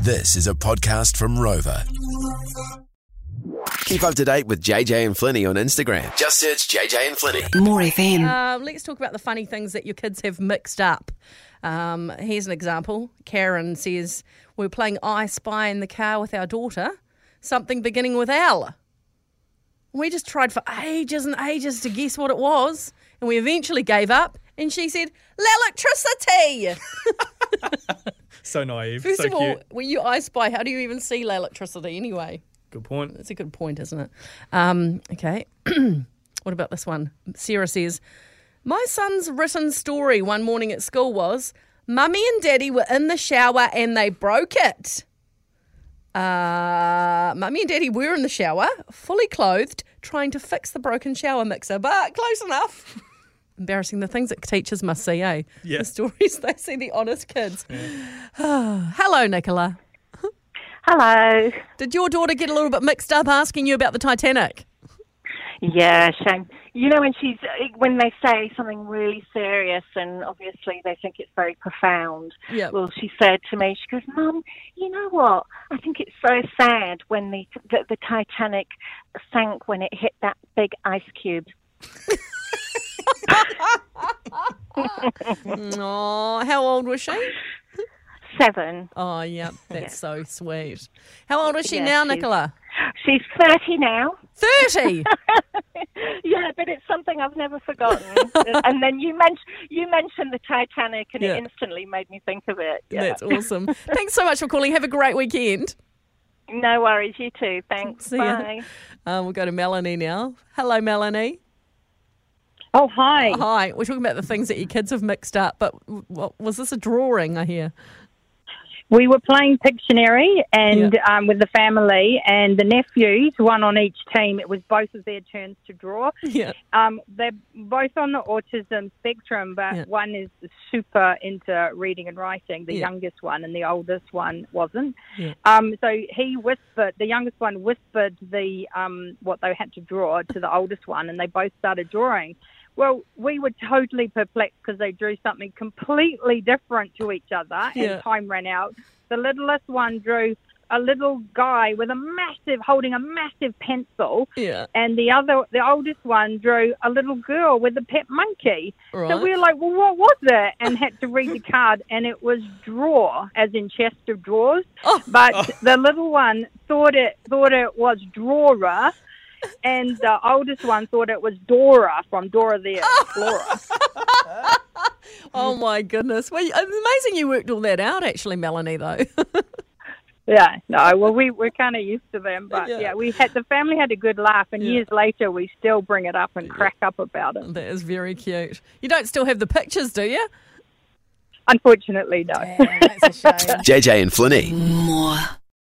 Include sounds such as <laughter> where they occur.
This is a podcast from Rover. Keep up to date with JJ and Flinny on Instagram. Just search JJ and Flinny. More FM. Um, let's talk about the funny things that your kids have mixed up. Um, here's an example. Karen says, We're playing I Spy in the car with our daughter, something beginning with L. We just tried for ages and ages to guess what it was, and we eventually gave up, and she said, Electricity! So naive. First so of all, cute. when you I Spy, how do you even see electricity anyway? Good point. That's a good point, isn't it? Um, okay. <clears throat> what about this one? Sarah says, My son's written story one morning at school was Mummy and Daddy were in the shower and they broke it. Uh, Mummy and Daddy were in the shower, fully clothed, trying to fix the broken shower mixer, but close enough. <laughs> Embarrassing the things that teachers must see, eh? Yeah. The stories <laughs> they see, the honest kids. <sighs> Hello, Nicola. Hello. Did your daughter get a little bit mixed up asking you about the Titanic? Yeah, shame. You know when she's when they say something really serious and obviously they think it's very profound. Yeah. Well, she said to me, she goes, "Mum, you know what? I think it's so sad when the the, the Titanic sank when it hit that big ice cube." Oh, how old was she? Seven. Oh, yeah, that's so sweet. How old is she Yeah, now, she's- Nicola? She's thirty now. 30. Yeah, but it's something I've never forgotten. <laughs> and then you mentioned you mentioned the Titanic, and Yeah. it instantly made me think of it. Yeah. That's awesome. Thanks so much for calling. Have a great weekend. No worries. You too. Thanks. See ya. Bye. Um, we'll go to Melanie now. Hello, Melanie. Oh, hi. Hi. We're talking about the things that your kids have mixed up, but w- what, was this a drawing, I hear? We were playing Pictionary and Yeah. um, with the family and the nephews, one on each team. It was both of their turns to draw. Yeah. Um, they're both on the autism spectrum, but Yeah. one is super into reading and writing, the Yeah. youngest one, and the oldest one wasn't. Yeah. Um, so he whispered, the youngest one whispered the um, what they had to draw to the oldest one, and they both started drawing. Well, we were totally perplexed because they drew something completely different to each other, Yeah. and time ran out. The littlest one drew a little guy with a massive, holding a massive pencil, Yeah. and the other, the oldest one, drew a little girl with a pet monkey. Right. So we were like, "Well, what was it?" And had to read the card, and it was draw, as in chest of drawers. Oh. But the little one thought it thought it was drawer, and the oldest one thought it was Dora from Dora the Explorer. Oh, my goodness. Well, you- amazing you worked all that out, actually, Melanie, though. <laughs> Yeah, no, well, we we're kind of used to them, but Yeah. yeah. we had the family had a good laugh, and Yeah. Mm. years later we still bring it up and crack up about it. that is very cute. You don't still have the pictures, do you? Unfortunately, no. That's a shame. JJ and Flinny. More.